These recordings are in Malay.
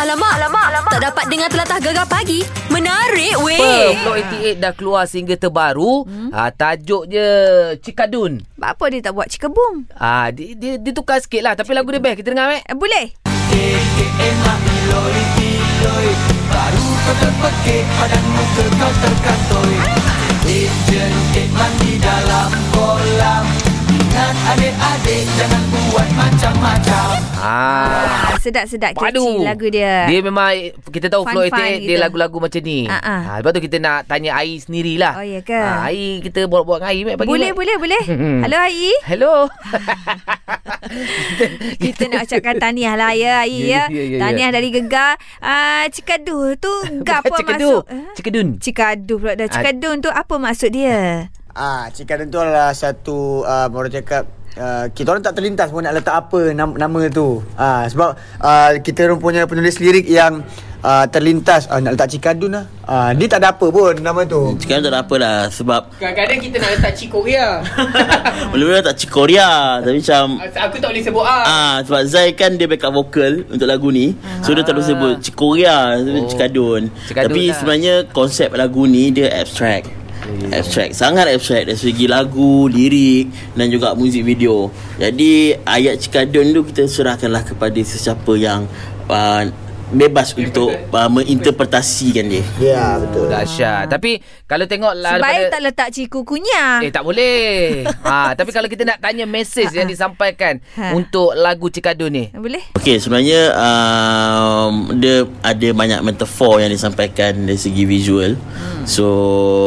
Alamak, alamak, alamak. Tak dapat dengar telatah gegar pagi. Eh. Menarik Apa? weh. Blok 88 dah keluar single terbaru. Hmm? Ah, tajuk dia Cikadun. Buat apa dia tak buat cikebung? Ah, dia, dia, dia tukar sikit lah. Tapi lagu dia best. Kita dengar, Mek. Eh, boleh? Ah. Ah, sedap-sedap catchy lagu dia. Dia memang Kita tahu Fun-fun Flow 88 Dia gitu. lagu-lagu macam ni Ah, ah. Lepas tu kita nak Tanya Air sendirilah Oh, ya ke? Ah, Air kita buat-buat dengan Air Mek, pagi boleh, Mek. boleh, boleh. Hmm. Halo, Ai. Hello Kita nak ucapkan tahniah lah ya, Ai. Ya, Ya, ya, ya, ya. Tahniah dari Gegar. Ah, Cikadu tu gap apa Cikadu Ah. maksud? Ah? Cikadun Cikadu pula dah. Cikadun tu apa maksud dia? Ah, Cikadun tu adalah satu uh, orang cakap Uh, kita orang tak terlintas pun nak letak apa nama, nama tu uh, Sebab uh, kita orang punya penulis lirik yang uh, terlintas uh, Nak letak Cikadun lah uh, Dia tak ada apa pun nama tu Sekarang tak ada apalah Sebab Kadang-kadang kita nak letak Cik Korea Mula-mula tak Cikoria Tapi macam Aku tak boleh sebut ah. Ah, sebab Zai kan dia backup vokal untuk lagu ni. So dia terus sebut Oh. Cikoria, oh. Cikadun. Cikadun Tapi lah. sebenarnya konsep lagu ni dia abstract. Abstract Sangat abstract Dari segi lagu Lirik Dan juga muzik video Jadi Ayat Cikadun tu Kita serahkanlah kepada Sesiapa yang uh, Bebas untuk uh, Menginterpretasikan dia Ya yeah, Oh, betul Dahsyat Tapi Kalau tengok lah Sebaik tak daripada- letak ciku kunyah. Eh tak boleh ha, Tapi kalau kita nak tanya Mesej yang disampaikan Ah, Ha. Untuk lagu Cikadun ni Boleh? Okey, sebenarnya um, dia ada banyak metafor yang disampaikan dari segi visual. Hmm. So,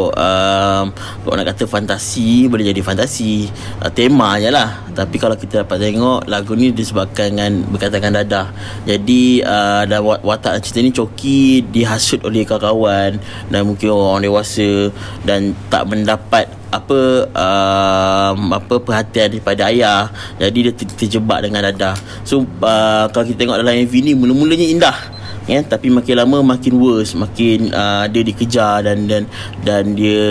um, kalau nak kata fantasi boleh jadi fantasi, uh, tema je lah. Tapi kalau kita dapat tengok lagu ni disebabkan dengan berkaitan dengan dadah. Jadi, uh, dan wat- watak cerita ni coki dihasut oleh kawan-kawan dan mungkin orang dewasa dan tak mendapat apa um, apa perhatian daripada ayah jadi dia ter- terjebak dengan dadah so uh, kalau kita tengok dalam MV ni mula-mulanya indah ya tapi makin lama makin worse makin uh, dia dikejar dan dan dan dia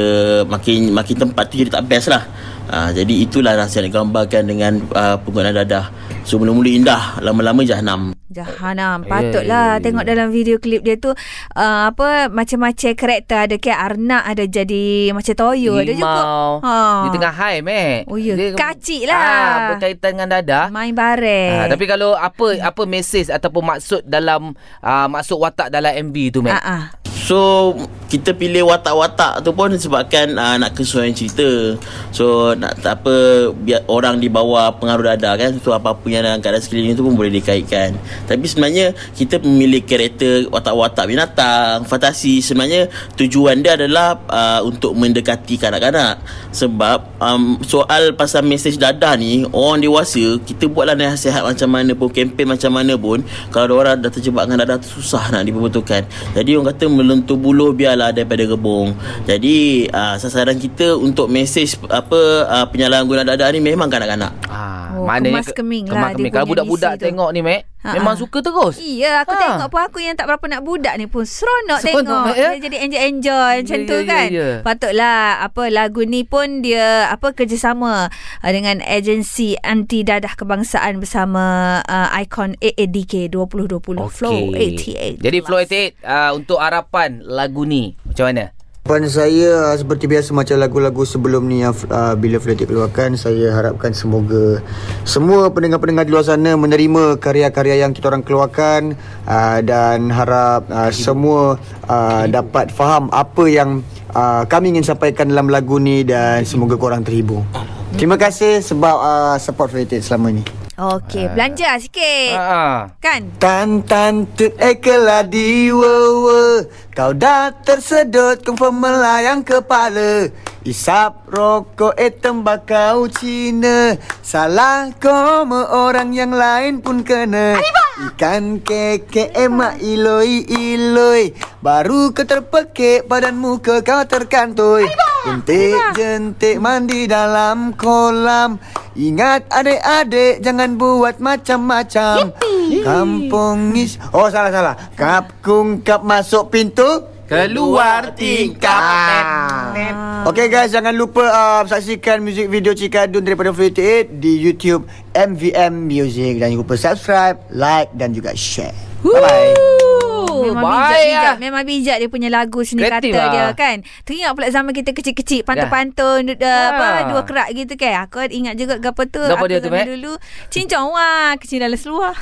makin makin tempat tu jadi tak best lah uh, jadi itulah rasa yang digambarkan dengan uh, penggunaan dadah so mula-mula indah lama-lama jahanam Jahanam Ya, Patutlah yeah, Tengok dalam video klip dia tu uh, Apa Macam-macam karakter Ada kayak Arnak Ada jadi Macam Toyo Ada juga ha. Dia tengah high Mek Oh, ya. Dia- Kacik lah. eh. Ah, Berkaitan dengan dadah Main bareng Ha, tapi kalau apa apa mesej ataupun maksud dalam uh, maksud watak dalam MV tu Mek. Ah, ah. So kita pilih watak-watak tu pun sebabkan uh, nak kesesuaian cerita. So nak tak apa biar orang di bawah pengaruh dada kan. So apa-apa yang dalam keadaan sekeliling tu pun boleh dikaitkan. Tapi sebenarnya kita memilih karakter watak-watak binatang, fantasi. Sebenarnya tujuan dia adalah uh, untuk mendekati kanak-kanak. Sebab um, soal pasal mesej dada ni orang dewasa kita buatlah nasihat macam mana pun kempen macam mana pun kalau orang dah terjebak dengan dada tu susah nak diperbetulkan. Jadi orang kata melentur buluh biarlah daripada gebung. Jadi uh, sasaran kita untuk mesej apa uh, penyalahgunaan dada ni memang kanak-kanak. Ah, Oh, kemas keming lah dia Kalau punya budak-budak isi tu. tengok ni, Mek, Ha, ha. memang suka terus. Iya aku Ha. tengok pun Aku yang tak berapa nak budak ni pun Seronok, tengok Seronok, ya? Dia jadi enjoy-enjoy Macam Ya, tu ya, ya, kan ya. Patutlah Apa lagu ni pun Dia apa kerjasama uh, Dengan agensi Anti Dadah Kebangsaan Bersama uh, Icon AADK 2020 Flow 88 Jadi Flow 88 uh, untuk harapan lagu ni macam mana? Harapan saya ah, seperti biasa macam lagu-lagu sebelum ni yang uh, bila Fletik keluarkan saya harapkan semoga semua pendengar-pendengar di luar sana menerima karya-karya yang kita orang keluarkan uh, dan harap uh, semua uh, dapat faham apa yang uh, kami ingin sampaikan dalam lagu ni dan semoga korang terhibur. Terima kasih sebab uh, support Fletik selama ni. Okey, belanja sikit. Ha. Uh, ah. kan? Tan tan tut ekeladi wewe Kau dah tersedut confirm melayang kepala Isap rokok eh tembakau Cina Salah koma orang yang lain pun kena Ikan keke emak iloi iloi Baru kau terpekik badan muka kau terkantoi Jentik jentik mandi dalam kolam Ingat adik-adik jangan buat macam-macam Kampung is Oh salah salah Kap kung kap masuk pintu Keluar tingkap. ah. Okay guys jangan lupa uh, Saksikan muzik video Cikadun daripada 48 Di YouTube MVM Music Dan jangan lupa subscribe Like dan juga share Bye bye memang Terbaik bijak-bijak. lah. Memang bijak dia punya lagu seni kata Kreatif lah. Ya. dia kan. Teringat pula zaman kita kecil-kecil pantun-pantun uh, Ah. apa dua kerak gitu kan. Aku ingat juga gapo tu Gapo aku dia tu, zaman Mat? dulu cincong wah kecil dalam seluar.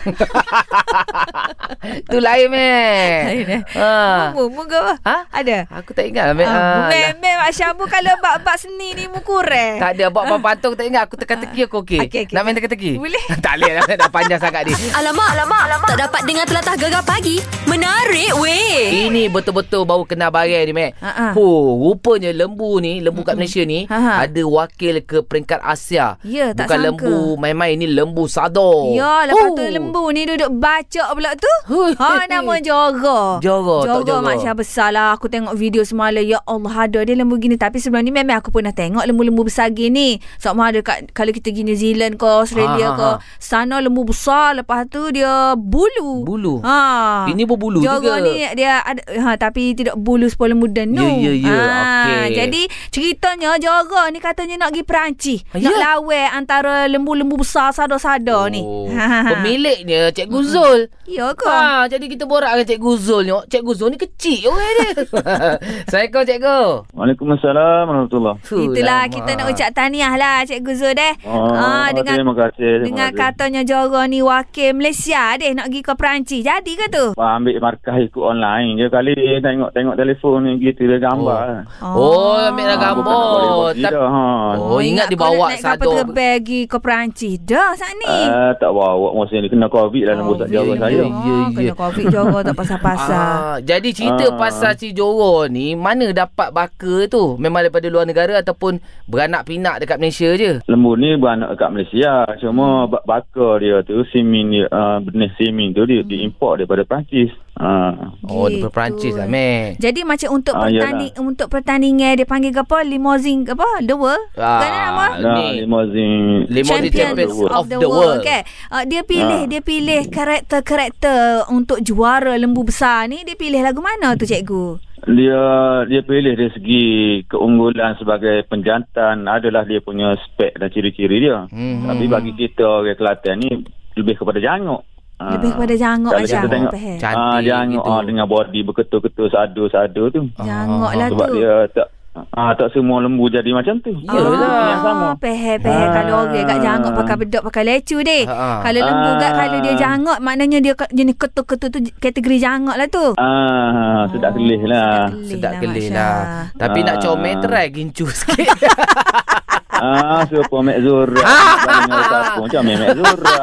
Tu lain, meh. Lain, eh? Ha. Mu mu gapo? Ha? Ada. Aku tak ingat, meh. Ah, Ah, lah. Mem, mem, Asyabu kalau bab-bab seni ni mu kurang. Tak ada buat patung tak ingat aku teka-teki aku okey. Ah. Okey, okey. Nak main teka-teki? Boleh. Ah. tak boleh lah dah panjang sangat ni. Alamak, alamak, alamak. Tak dapat dengar telatah gegar pagi. Menarik weh. Ini betul-betul baru kena barang ni, Mek. Ha, ha. Oh, rupanya lembu ni, lembu kat Malaysia ni, Ha, ha. ada wakil ke peringkat Asia. Ya, tak Bukan sangka. lembu main-main ni, lembu sador. Ya, lepas tu Oh. lembu ni duduk baca pula tu. Hui. Ha, nama Joro. Joro, tak Joro. macam besar lah. Aku tengok video semalam. Ya Allah, ada dia lembu gini. Tapi sebelum ni memang aku pernah tengok lembu-lembu besar gini. Sama ada kat, kalau kita pergi New Zealand ke Australia Ha, ha, ke. ha. Sana lembu besar. Lepas tu dia bulu. Bulu. Ha. Ini pun bulu Joro juga. ni dia ada, ha, tapi tidak bulu sepuluh muda. No. Ya, ya, ya. Okey. Ha, Jadi ceritanya Joro ni katanya nak pergi Perancis. Ya. Nak lawe antara lembu-lembu besar sada-sada ni. Oh, Pemiliknya Cikgu Zul. Ya ke? Ha, jadi kita borak dengan Cikgu Zul ni. Oh, Cikgu Zul ni kecil orang dia. Assalamualaikum Cikgu. Waalaikumsalam warahmatullahi Fuh, Itulah lama. kita nak ucap tahniah lah Cikgu Zul deh. Oh, Ah, terima kasih, terima dengan kasih. katanya Joro ni wakil Malaysia deh nak pergi ke Perancis. Jadi ke tu? Pak ambil markah ikut online je kali tengok-tengok telefon ni gitu dia gambar. Oh. lah. Oh, ambil dah Ah, gambar. bukan nak boleh buat Tapi- tidak, ha. Oh, ingat dia kau bawa nak naik kapal satu. terbang pergi ke Perancis. Dah saat ni. Ah, tak bawa masa ni kena covid lah nombor tak ya, jawab Oh. ya, saya. ya. Oh, Kena COVID Joro tak pasal-pasal. Ah, jadi cerita Ah. pasal si Joro ni mana dapat baka tu? Memang daripada luar negara ataupun beranak pinak dekat Malaysia je? Lembu ni beranak kat Malaysia. Hmm. Cuma ba- bakar dia tu, simin dia, uh, benih simin tu Hmm. dia diimport daripada Perancis. Ah. Oh, Gitu. daripada Perancis lah, meh. Jadi macam untuk Ah, pertanding untuk pertandingan dia panggil ke apa? Limousine ke apa? Dua. Ah, Kan nama? Dah ni. limousine. Limousine Champions Champions of the world, kan. Uh, dia pilih Ah. dia pilih karakter-karakter untuk juara lembu besar ni dia pilih lagu mana tu cikgu? Dia dia pilih dari segi keunggulan sebagai penjantan adalah dia punya spek dan ciri-ciri dia. Hmm. Hmm. Tapi bagi kita orang Kelantan ni lebih kepada jangok. Ah. Lebih kepada jangok lah, Kalau aja. kita tengok Faham? Cantik ah, jangok gitu. Oh. ah, dengan body berketul-ketul sadu-sadu tu. Jangok lah Ah, Sebab tu. dia tak ah, tak semua lembu jadi macam tu. Yalah. Yang sama. Pehe-pehe Ah. kalau orang kat jangok pakai bedok pakai lecu deh. Ah. Kalau lembu kat Ah. kalau dia jangok maknanya dia kat- jenis ketul-ketul tu kategori jangok lah tu. Ah, sedap kelih lah. Sedap Masya. kelih lah. Tapi nak Ah. comel try gincu sikit. ah, super Mek Zura. Ah. Macam Mek Zura.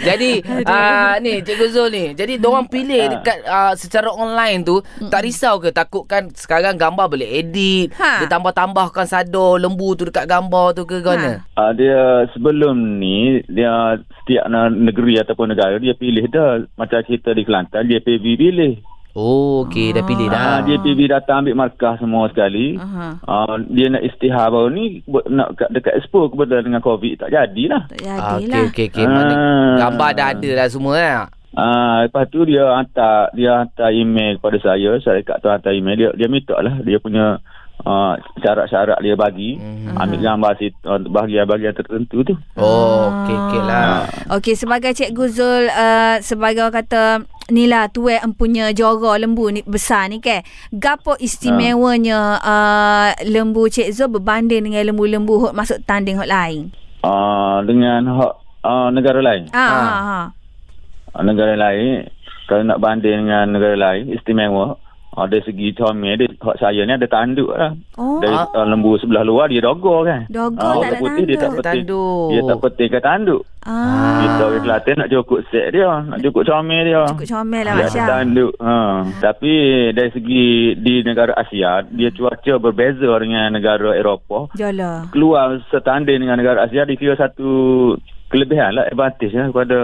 Jadi uh, ni Cikgu Zul ni. Jadi diorang Ah. pilih dekat uh, secara online tu tak risau ke takutkan sekarang gambar boleh edit, Ha. ha. dia tambah-tambahkan sado lembu tu dekat gambar tu ke Ha. gana. Uh, dia sebelum ni dia setiap na- negeri ataupun negara dia pilih dah macam cerita di Kelantan dia PB pilih. Oh okey dah pilih Ah. dah. dia PB datang ambil markah semua sekali. Aha. Uh, dia nak istihar baru ni buat- nak kat- dekat expo kebetulan dengan COVID tak jadilah. Tak Ah, jadilah. Okey okey okey. Mana Ah. gambar dah ada lah semua lah. Ah uh, lepas tu dia hantar dia hantar email kepada saya, saya dekat tu hantar email dia dia minta lah dia punya uh, syarat-syarat dia bagi Mhm. ambil gambar situ, bahagian-bahagian tertentu tu. Oh okey okey lah. Okey sebagai Cikgu Zul uh, sebagai orang kata ni lah tuai empunya jorok lembu ni besar ni ke. Gapo istimewanya uh, lembu Cik Zul berbanding dengan lembu-lembu hok masuk tanding hok lain. Uh, dengan hak uh, negara lain. Ah ha. Ah. ha. Ah, negara lain kalau nak banding dengan negara lain istimewa uh, dari segi comel dia hak saya ni ada tanduk lah Oh. dari uh, lembu sebelah luar dia dogor kan Dogor Ah, tak orang ada putih dia tak tanduk. petik Tanduk. dia tak petik ke tanduk Ah. kita orang Kelantan nak cukup set dia nak cukup comel dia Cukup comel lah dia ada Masya. tanduk ha. tapi dari segi di negara Asia dia cuaca berbeza dengan negara Eropah Jolah. keluar setanding dengan negara Asia dikira satu kelebihan lah advantage lah kepada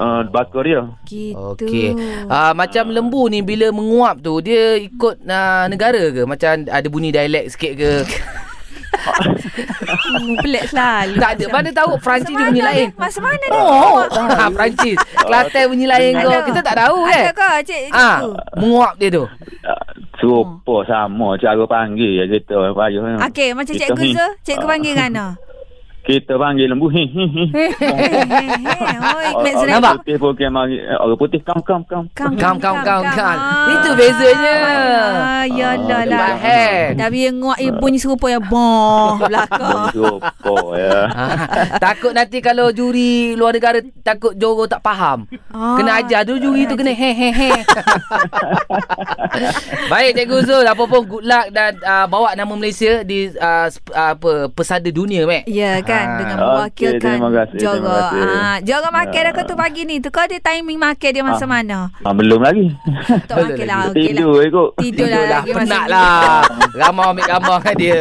uh, bakar dia Gitu. Okey. Ah macam lembu ni bila menguap tu dia ikut uh, negara ke? Macam ada bunyi dialek sikit ke? Mu pelik selalu. tak ada. Mana tahu Perancis dia Masa bunyi mana lain. lah, dia- Masa mana dia? Oh, ha, Perancis. Kelantan bunyi lain kau. Ada. Kita tak tahu kan. Ada ke Oh, Cik Ah, Cikgu? menguap dia tu. Ah, Serupa sama cara lah, panggil ya kita payah. Okey, macam Cikgu Zul, Cikgu panggil kan? eh, Kita panggil lembu. Hi, hi, hi. Oi, Mat Zuraidi. Nampak? Orang putih pun kena mari. eh, Orang putih, kam, kam, kam. Kam, Kam, kam, kam, kam. Ah. Itu bezanya. Ah, yalah lah. Ah, tempat hand. Tapi yang nguak eh, bunyi serupa yang boh lah belakang. Sopo, ya. Ah, takut nanti kalau juri luar negara takut Johor tak faham. Ah. Kena ajar dulu juri tu kena he he he. Baik Cikgu Zul, apa pun good luck dan uh, bawa nama Malaysia di uh, sp- uh, apa pesada dunia mek. Ya kan Ah. dengan Okey, mewakilkan terima kasih, terima Johor. kasih. Ah, Johor market Ya. aku tu pagi ni. Tu kau dia timing market dia masa Ah. mana? Ah, belum lagi. Tak market lah. Okey lah. Tidur je kot. Tidur lah lagi masa penat ni. lah. Ramai ambil gambar dengan dia.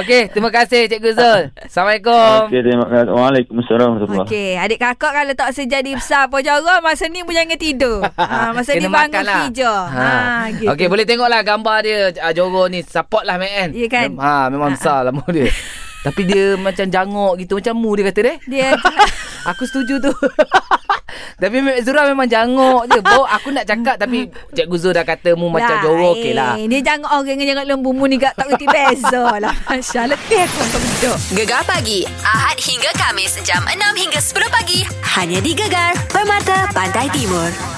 Okey, terima kasih Cikgu Zul. Assalamualaikum. Okey, terima kasih. Waalaikumsalam. warahmatullahi Okey, adik kakak kalau tak sejadi besar apa Johor masa ni pun jangan tidur. ha, masa ni bangun makan lah. kerja. Ha, gitu. Okey, boleh tengoklah gambar dia uh, Johor ni. Support lah Mek kan. Ya kan? Ha, memang besar lah mu dia. Tapi dia macam jangok gitu macam mu dia kata deh. Dia Aku setuju tu Tapi Mek Zura memang jangok je Bo, Aku nak cakap Tapi Cikgu Zul dah kata Mu macam Lain. jorok okey lah eh, Dia jangan oh, orang dengan jangan lembu mu ni gak tak erti beza lah. Masya letih aku untuk duduk. Gegar pagi Ahad hingga Kamis jam 6 hingga 10 pagi hanya di Gegar Permata Pantai Timur.